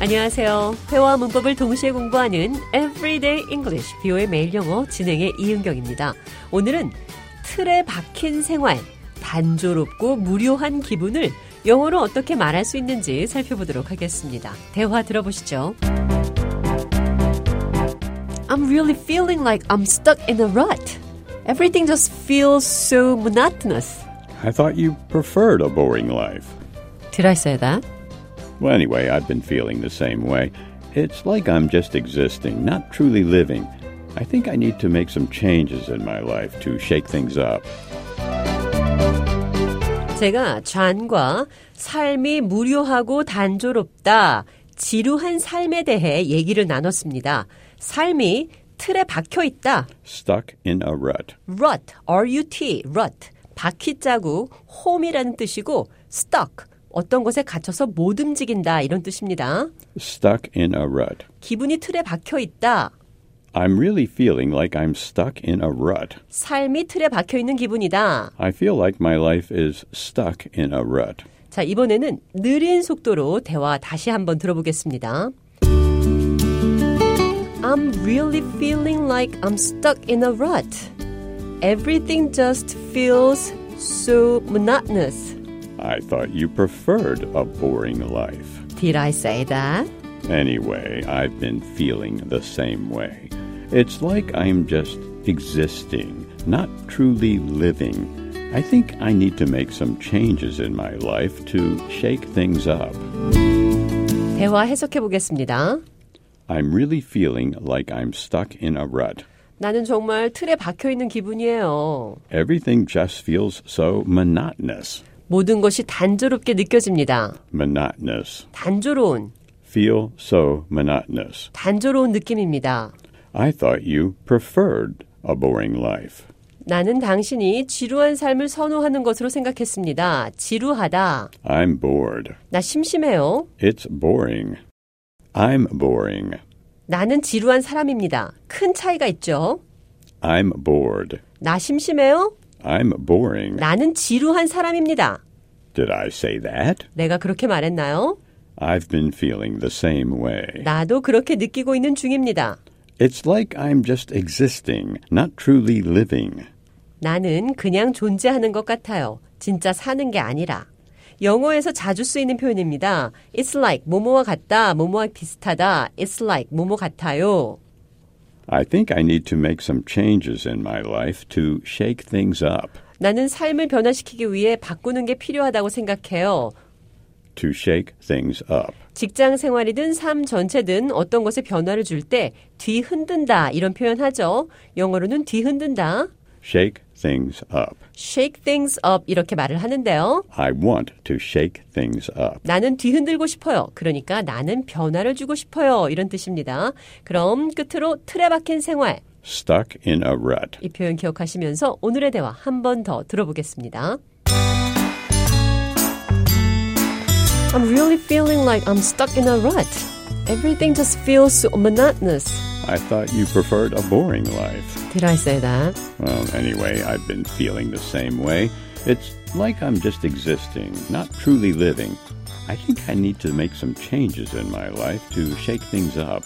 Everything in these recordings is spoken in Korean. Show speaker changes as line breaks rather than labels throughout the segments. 안녕하세요. 회화 문법을 동시에 공부하는 Everyday English 비오의 매일 영어 진행의 이은경입니다. 오늘은 틀에 박힌 생활, 단조롭고 무료한 기분을 영어로 어떻게 말할 수 있는지 살펴보도록 하겠습니다. 대화 들어보시죠. I'm really feeling like I'm stuck in a rut. Everything just feels so monotonous.
I thought you preferred a boring life.
Did I say that?
Well, anyway, I've been feeling the same way. It's like I'm just existing, not truly living. I think I need to make some changes in my life to shake things up.
제가 좌안과 삶이 무료하고 단조롭다, 지루한 삶에 대해 얘기를 나눴습니다. 삶이 틀에 박혀 있다.
Stuck in a rut.
rut, r-u-t, rut. 바퀴 자국, home이라는 뜻이고 stuck, 어떤 곳에 갇혀서 못 움직인다 이런 뜻입니다.
Stuck in a rut.
기분이 틀에 박혀 있다.
I'm really feeling like I'm stuck in a rut.
삶이 틀에 박혀 있는 기분이다.
I feel like my life is stuck in a rut.
자, 이번에는 느린 속도로 대화 다시 한번 들어보겠습니다. I'm really feeling like I'm stuck in a rut. Everything just feels so monotonous.
I thought you preferred a boring life.
Did I say that?
Anyway, I've been feeling the same way. It's like I'm just existing, not truly living. I think I need to make some changes in my life to shake things up.
대화 해석해 보겠습니다.
I'm really feeling like I'm stuck in a rut.
나는 정말 틀에 박혀 있는 기분이에요.
Everything just feels so monotonous.
모든 것이 단조롭게 느껴집니다.
Monotonous.
단조로운,
Feel so monotonous.
단조로운 느낌입니다.
I thought you preferred a boring life.
나는 당신이 지루한 삶을 선호하는 것으로 생각했습니다. 지루하다.
I'm bored.
나 심심해요.
It's boring. I'm boring.
나는 지루한 사람입니다. 큰 차이가 있죠.
I'm bored.
나 심심해요.
I'm boring.
나는 지루한 사람입니다.
Did I say that?
내가 그렇게 말했나요?
I've been feeling the same way.
나도 그렇게 느끼고 있는 중입니다.
It's like I'm just existing, not truly living.
나는 그냥 존재하는 것 같아요. 진짜 사는 게 아니라. 영어에서 자주 쓰이는 표현입니다. It's like 뭐뭐와 같다, 뭐뭐와 비슷하다. It's like 뭐뭐 같아요.
I think I need to make some changes in my life to shake things up.
나는 삶을 변화시키기 위해 바꾸는 게 필요하다고 생각해요.
To shake things up.
직장 생활이든 삶 전체든 어떤 것에 변화를 줄 때 뒤 흔든다 이런 표현하죠. 영어로는 뒤 흔든다.
Shake things up.
shake things up 이렇게 말을 하는데요.
I want to shake things up.
나는 뒤흔들고 싶어요. 그러니까 나는 변화를 주고 싶어요. 이런 뜻입니다. 그럼 끝으로 틀에 박힌 생활
Stuck in a rut.
이 표현 기억하시면서 오늘의 대화 한 번 더 들어보겠습니다. I'm really feeling like I'm stuck in a rut. Everything just feels so monotonous.
I thought you preferred a boring life.
Did I say that?
Well, anyway, I've been feeling the same way. It's like I'm just existing, not truly living. I think I need to make some changes in my life to shake things up.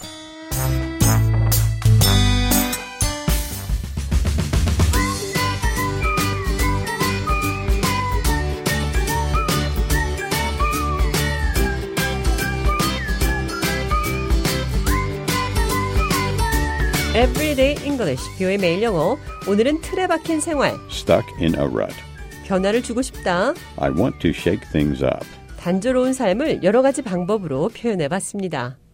Everyday English, 뷰의 매일 영어. 오늘은 틀에 박힌 생활,
Stuck in a rut.
변화를 주고 싶다.
I want to shake things up.
단조로운 삶을 여러 가지 방법으로 표현해 봤습니다.